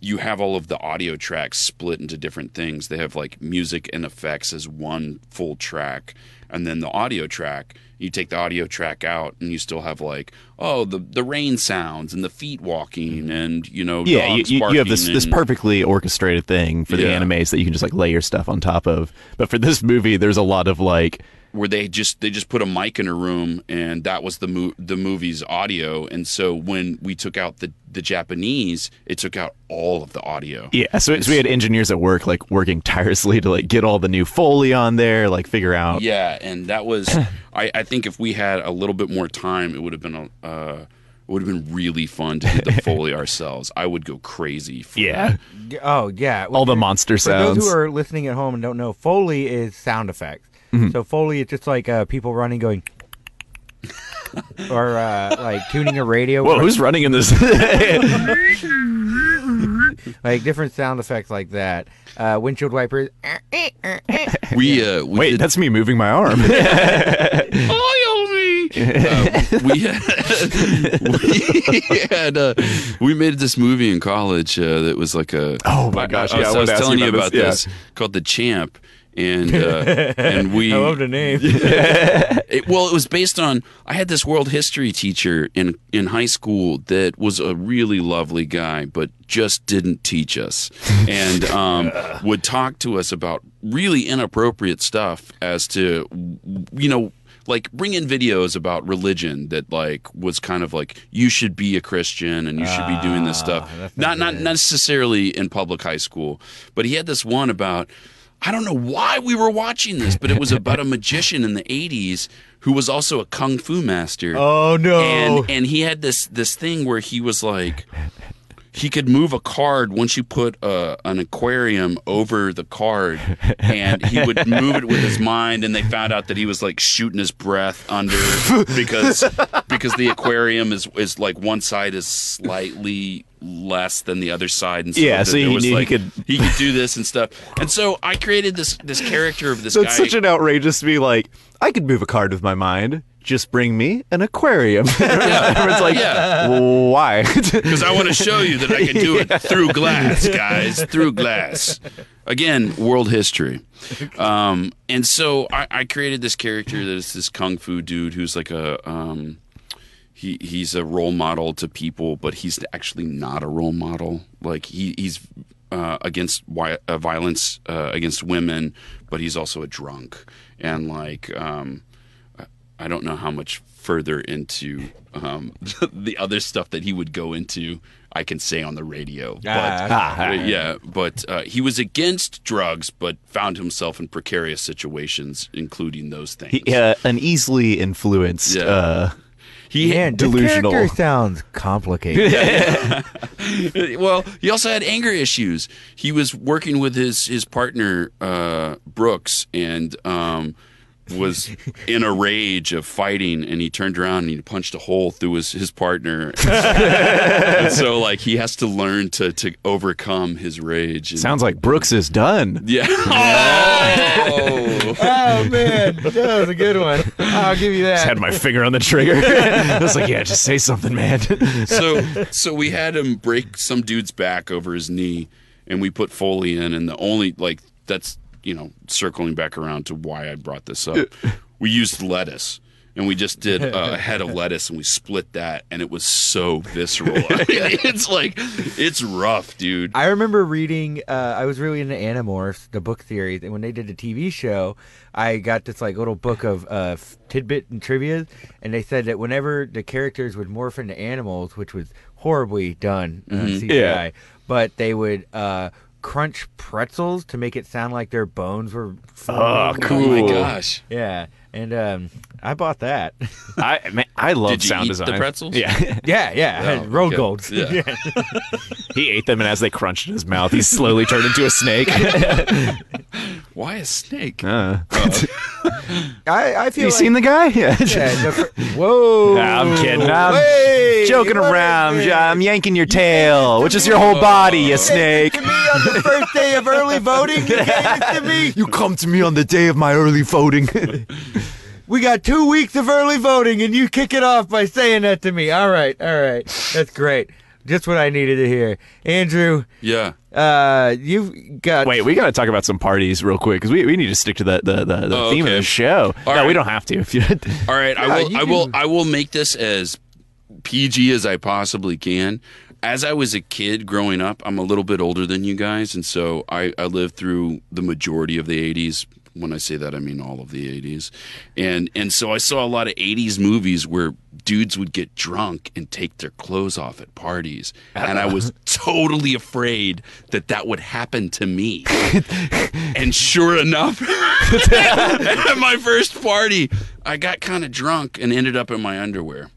C: you have all of the audio tracks split into different things. They have like music and effects as one full track, and then the audio track. You take the audio track out, and you still have like oh the the rain sounds and the feet walking, and you know
B: Yeah, you,
C: dogs
B: you, you have
C: barking
B: this this
C: and-
B: perfectly orchestrated thing for the
C: Yeah.
B: animes that you can just like lay your stuff on top of. But for this movie, there's a lot of like
C: where they just they just put a mic in a room and that was the mo- the movie's audio and so when we took out the the Japanese it took out all of the audio
B: yeah. So, so we had engineers at work like working tirelessly to like get all the new foley on there, like figure out.
C: yeah and that was I, I think if we had a little bit more time it would have been a uh, it would have been really fun to do the foley ourselves I would go crazy for
B: Yeah,
A: Y- Oh yeah,
B: all the monster
A: For
B: sounds.
A: those who are listening at home and don't know, foley is sound effects. So foley is just like uh, people running, going, or uh, like tuning a radio,
B: Whoa, who's running in this?
A: like different sound effects like that. Uh, windshield wipers.
C: that. we uh we
B: Wait,
C: did
B: that's me moving my arm.
C: oil me. Uh, we had, we, had uh, we made this movie in college uh, that was like a
B: Oh my gosh,
C: I,
B: yeah, I
C: was,
B: wanted
C: was
B: to ask
C: telling
B: you
C: you
B: about
C: about
B: this,
C: this, called the Champ, and uh, and we
A: I love the name.
C: it, well, it was based on. I had this world history teacher in in high school that was a really lovely guy, but just didn't teach us, and um, would talk to us about really inappropriate stuff as to you know. Like bring in videos about religion that like was kind of like you should be a Christian and you should be doing this stuff.
A: that's
C: Not not necessarily in public high school, but he had this one about I don't know why we were watching this, but it was about a magician in the 80s who was also a kung fu master.
A: Oh no!
C: And and he had this this thing where he was like he could move a card once you put uh, an aquarium over the card and he would move it with his mind and they found out that he was like shooting his breath under because because the aquarium is is like one side is slightly less than the other side and so
B: Yeah,
C: that
B: so
C: it
B: you
C: was
B: knew he
C: like,
B: could-
C: he could do this and stuff and so i created this this character of this
B: So
C: guy
B: it's such an outrageous to be like, I could move a card with my mind. Just bring me an aquarium. Everyone's like,
C: Yeah.
B: why?
C: because I want to show you that I can do it through glass, guys, through glass. Again, world history. Um, and so I, I created this character that is this kung fu dude who's like a um, he he's a role model to people, but he's actually not a role model. Like he he's uh, against wi- uh, violence uh, against women, but he's also a drunk and like. Um, I don't know how much further into um, the other stuff that he would go into. I can say on the radio, but
A: Ah,
C: uh, yeah, but uh, he was against drugs, but found himself in precarious situations, including those things.
B: He, uh, an easily influenced.
C: Yeah.
B: Uh,
C: He-
A: Man,
B: Delusional.
A: This character sounds complicated.
C: Uh, well, he also had anger issues. He was working with his his partner uh, Brooks and um, was in a rage of fighting, and he turned around and he punched a hole through his his partner. and so, like, he has to learn to to overcome his rage. And,
B: sounds like Brooks is done.
C: yeah. Oh!
A: oh man, that was a good one. I'll give you
B: Had
A: that.
B: my finger on the trigger. I was like, yeah, just say something, man.
C: so so we had him break some dude's back over his knee and we put Foley in and the only like that's you know circling back around to why I brought this up we used lettuce and we just did uh, a head of lettuce and we split that and it was so visceral I mean, it's like it's rough dude
A: I remember reading. Uh, I was really into Animorphs, the book series, and when they did the TV show, I got this like little book of uh, f- tidbit and trivia, and they said that whenever the characters would morph into animals, which was horribly done
C: Mm-hmm.
A: uh, CGI,
B: Yeah.
A: but they would uh, crunch pretzels to make it sound like their bones were.
B: Oh,
A: forming.
B: cool.
C: oh my gosh
A: Yeah, and um, I bought that.
B: I man, I love
C: Did you
B: sound
C: eat
B: design.
C: the pretzels?
B: Yeah,
A: yeah, yeah, I had
C: Oh,
A: road
C: okay.
A: golds.
C: Yeah.
B: he ate them, and as they crunched in his mouth, he slowly turned into a snake.
C: Why a snake?
B: uh,
A: I, I feel
B: you
A: like,
B: seen the guy? Yeah.
A: yeah, the fir- whoa!
B: Nah, I'm kidding. I'm
A: Hey,
B: Joking
A: what
B: around,
A: is this?
B: I'm yanking your tail, which is your whole body, you snake.
A: To me on the first day of early voting, you gave it to me.
B: You come to me on the day of my early voting.
A: We got two weeks of early voting, and you kick it off by saying that to me. All right, all right, that's great. Just what I needed to hear, Andrew.
C: Yeah.
A: Uh, you've got
B: Wait, we got to talk about some parties real quick because we, we need to stick to the, the, the, the
C: Oh,
B: theme of
C: okay.
B: the show.
C: All
B: no, we
C: right.
B: don't have to. If you,
C: All right, I
A: Yeah,
C: will.
A: you
C: I will.
A: can-
C: I will make this as PG as I possibly can. As I was a kid growing up, I'm a little bit older than you guys, and so I, I lived through the majority of the '80s. When I say that, I mean all of the '80s, and and so I saw a lot of '80s movies where dudes would get drunk and take their clothes off at parties, and I was totally afraid that that would happen to me. And sure enough, at my first party, I got kind of drunk and ended up in my underwear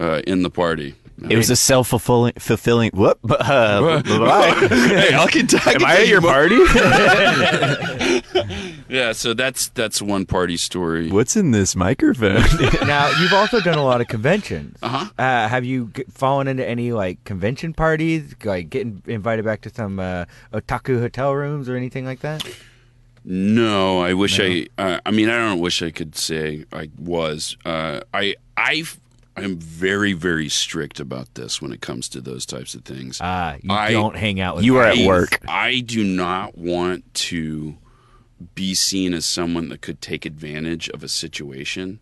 C: uh, in the party.
B: it was a self fulfilling fulfilling. Whoop! Uh, bye-bye.
C: hey, I can, I
B: Am
C: can
B: I
C: tell
B: at
C: you
B: your
C: more-
B: party?
C: Yeah, so that's that's one party story.
B: What's in this microphone?
A: now. You've also done a lot of conventions.
C: Uh-huh.
A: Uh, have you g- fallen into any like convention parties, like getting invited back to some uh, otaku hotel rooms or anything like that?
C: No, I wish I. Uh, I mean, I don't wish I could say I was. Uh, I I I'm very very strict about this when it comes to those types of things.
A: Uh, you
C: I-
A: don't hang out with.
B: you are at
C: I-
B: work.
C: I do not want to be seen as someone that could take advantage of a situation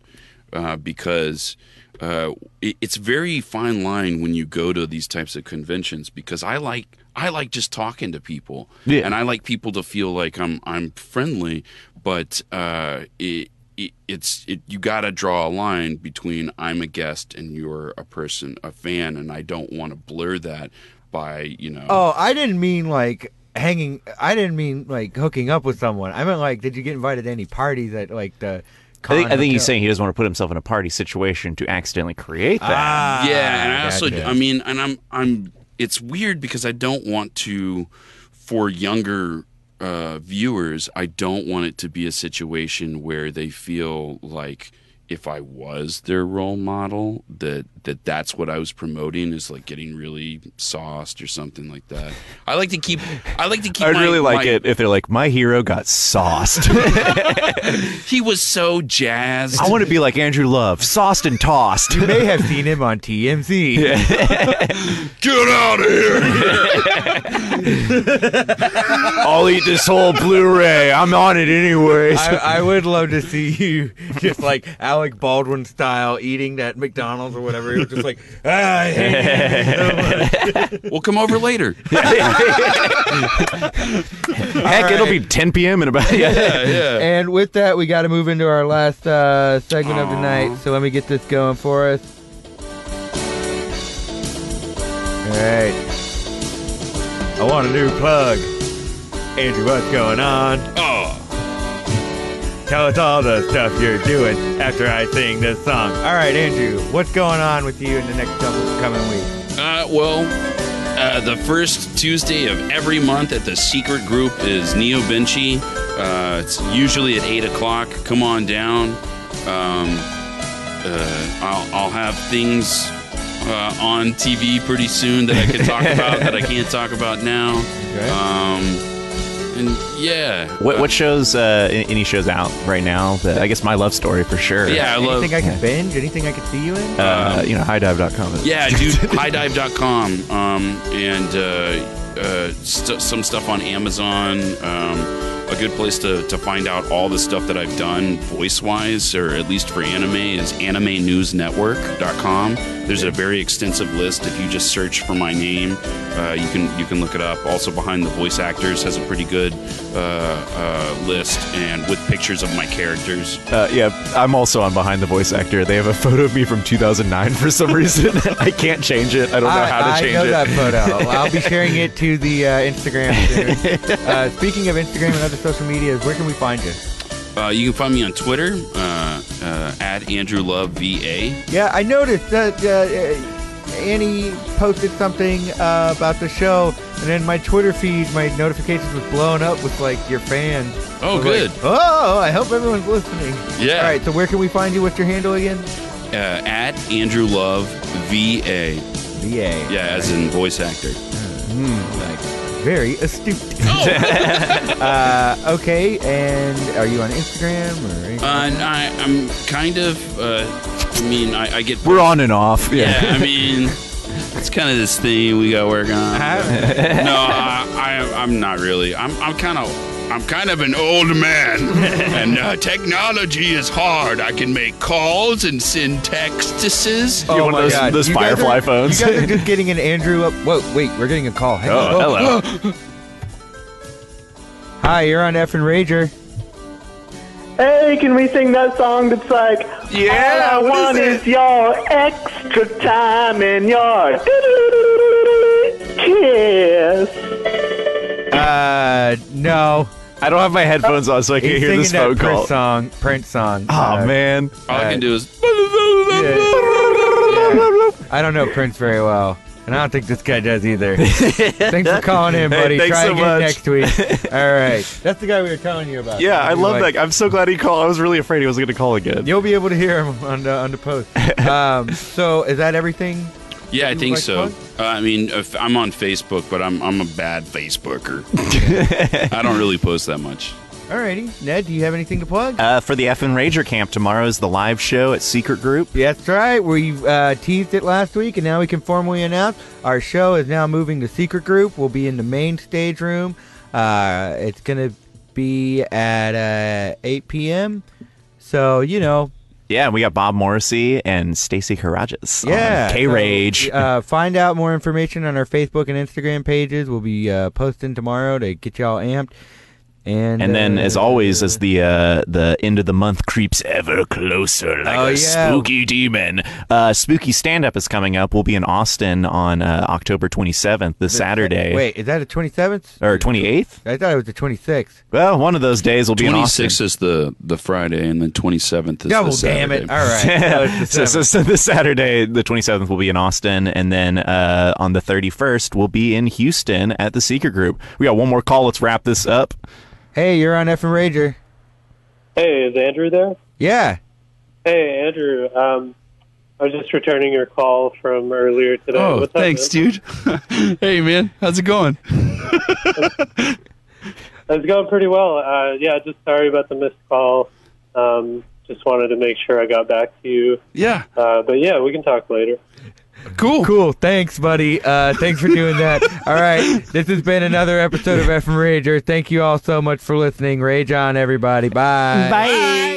C: uh, because uh, it, it's very fine line when you go to these types of conventions because I like I like just talking to people
B: Yeah.
C: and I like people to feel like I'm I'm friendly but uh, it. it- It's it, you got to draw a line between I'm a guest and you're a person, a fan, and I don't want to blur that by you know.
A: Oh, I didn't mean like hanging. I didn't mean like hooking up with someone. I meant like, did you get invited to any parties at like the?
B: I think, I think he's
A: hotel?
B: saying he doesn't want to put himself in a party situation to accidentally create that.
A: Ah,
C: yeah and i also
A: gotcha.
C: i mean and i'm i'm it's weird because i don't want to for younger uh viewers i don't want it to be a situation where they feel like if i was their role model that that that's what i was promoting is like getting really sauced or something like that i like to keep i like to keep
B: I'd
C: my-
B: really like
C: my-
B: it if they're like, my hero got sauced.
C: he was so jazzed
B: I want to be like Andrew Love, sauced and tossed.
A: you may have seen him on TMZ.
C: get out of here
B: I'll eat this whole Blu-ray. I'm on it anyways.
A: I, I would love to see you just like Alec Baldwin style eating that McDonald's or whatever. It was just like, ah, I hate it so much."
C: we'll come over later
B: Heck, it'll be
A: right.
B: 10 p.m. in about. Yeah.
C: yeah
A: And with that, we got to move into our last uh, segment of the night. So let me get this going for us. All right. I want a new plug. Andrew, what's going on?
C: oh
A: Tell us all the stuff you're doing after I sing this song. All right, Andrew, what's going on with you in the next couple coming weeks?
C: Uh, well, uh, the first Tuesday of every month at the secret group is Neo Vinci. Uh, it's usually at 8 o'clock. Come on down. Um, uh, I'll, I'll have things uh, on TV pretty soon that I can talk about that I can't talk about now.
A: Okay.
C: Um, and yeah.
B: What, what shows? Uh, a- any shows out right now? That, I guess my love story for sure.
C: Yeah, I love.
A: Anything I can binge? Anything I can see you in?
B: Uh, you know, highdive.com. is-
C: Yeah, dude, highdive.com. Um, and uh, uh, st- some stuff on Amazon. Um, a good place to, to find out all the stuff that I've done voice wise, or at least for anime, is animenewsnetwork.com. There's a very extensive list. If you just search for my name, uh, you can you can look it up. Also, behind the voice actors has a pretty good uh, uh, list, and with pictures of my characters.
B: Uh, yeah, I'm also on Behind the Voice Actor. They have a photo of me from 2009 for some reason. I can't change it. I don't know how to
A: I
B: change
A: know
B: it.
A: that photo. I'll be sharing it to the uh, Instagram soon. uh, speaking of Instagram and other social medias, where can we find you?
C: Uh, you can find me on Twitter uh, uh, at Andrew Love VA.
A: Yeah, I noticed that uh, uh, Annie posted something uh, about the show, and then my Twitter feed, my notifications was blown up with like your fans.
C: Oh,
A: So, like,
C: good.
A: oh, I hope everyone's listening.
C: Yeah.
A: All right, so where can we find you? What's your handle again?
C: Uh, at Andrew Love VA.
A: VA.
C: Yeah, as in voice actor.
A: Very astute.
B: Oh.
A: uh, okay, and are you on Instagram or? anything?
C: Uh, I, I'm kind of. Uh, I mean, I, I get.
B: We're on and off.
C: Yeah, I mean, it's kind of this thing we got working on. no, I, I, I'm not really. I'm, I'm kind of. I'm kind of an old man, and uh, technology is hard. I can make calls and send texts.
B: You're one of
A: Oh my
B: those-
A: God.
B: those
A: You guys are-
B: Firefly phones.
A: You guys are just getting an Andrew up. Whoa, wait, we're getting a call. Hang on. Oh,
B: Oh, hello.
A: Hi, you're on F and Rager.
D: Hey, can we sing that song that's like,
B: Yeah,
D: all I
B: what is
D: want
B: it?
D: is, your extra time and your
B: Oh,
D: kiss.
A: Uh, no.
B: I don't have my headphones on, so I can't
A: He's
B: hear
A: singing
B: this
A: that
B: phone
A: Prince
B: call.
A: song. Prince song.
B: Oh
A: Uh,
B: man.
C: All I can do is.
A: I don't know Prince very well, and I don't think this guy does either. thanks for calling in,
B: Hey,
A: buddy.
B: thanks
A: Try
B: so
A: again
B: much.
A: next week. All right, that's the guy we were telling you about.
B: Yeah, I
A: We
B: love
A: like-
B: that. I'm so glad he called. I was really afraid he was going to call again.
A: You'll be able to hear him on the, on the post. Um, so is that everything?
C: Yeah, I
A: You
C: think
A: like
C: so.
A: fun?
C: Uh, I mean, if I'm on Facebook, but I'm I'm a bad Facebooker. I don't really post that much.
A: Alrighty, Ned, do you have anything to plug?
B: Uh, for the F and Rager camp tomorrow is the live show at Secret Group.
A: That's right. We uh, teased it last week, and now we can formally announce our show is now moving to Secret Group. We'll be in the main stage room. Uh, it's going to be at uh, 8 p.m. So, you know,
B: Yeah, and we got Bob Morrissey and Stacey Karajas.
A: yeah.
B: K Rage.
A: So, uh, find out more information on our Facebook and Instagram pages. We'll be uh, posting tomorrow to get y'all amped. And,
B: and then, as
A: uh,
B: always, as the uh, the end of the month creeps ever closer, like
A: Oh,
B: a
A: yeah.
B: spooky demon, uh, spooky stand up is coming up. We'll be in Austin on uh, October 27th, the Saturday,
A: Wait, is that the 27th?
B: or 28th.
A: I thought it was the 26th.
B: Well, one of those days will be in Austin.
C: 26th is the the Friday, and then 27th is
A: Double
C: the
A: damn
C: Saturday.
A: it. All right. So it's the
B: so, so, so this Saturday, the 27th, will be in Austin, and then uh, on the 31st, we'll be in Houston at the Seeker Group. We got one more call. Let's wrap this up.
A: Hey, you're on F and Rager.
D: Hey, is Andrew there?
A: Yeah.
D: Hey, Andrew. Um, I was just returning your call from earlier today.
C: Oh,
D: What's up,
C: thanks,
D: man?
C: dude. hey, man, how's it going?
D: It's going pretty well. Uh, yeah, just sorry about the missed call. Um, just wanted to make sure I got back to you.
C: Yeah,
D: Uh, but yeah, we can talk later.
C: cool.
A: Cool. Thanks, buddy. Uh, thanks for doing that. all right. This has been another episode of FM Rager. Thank you all so much for listening. Rage on, everybody. Bye.
E: Bye.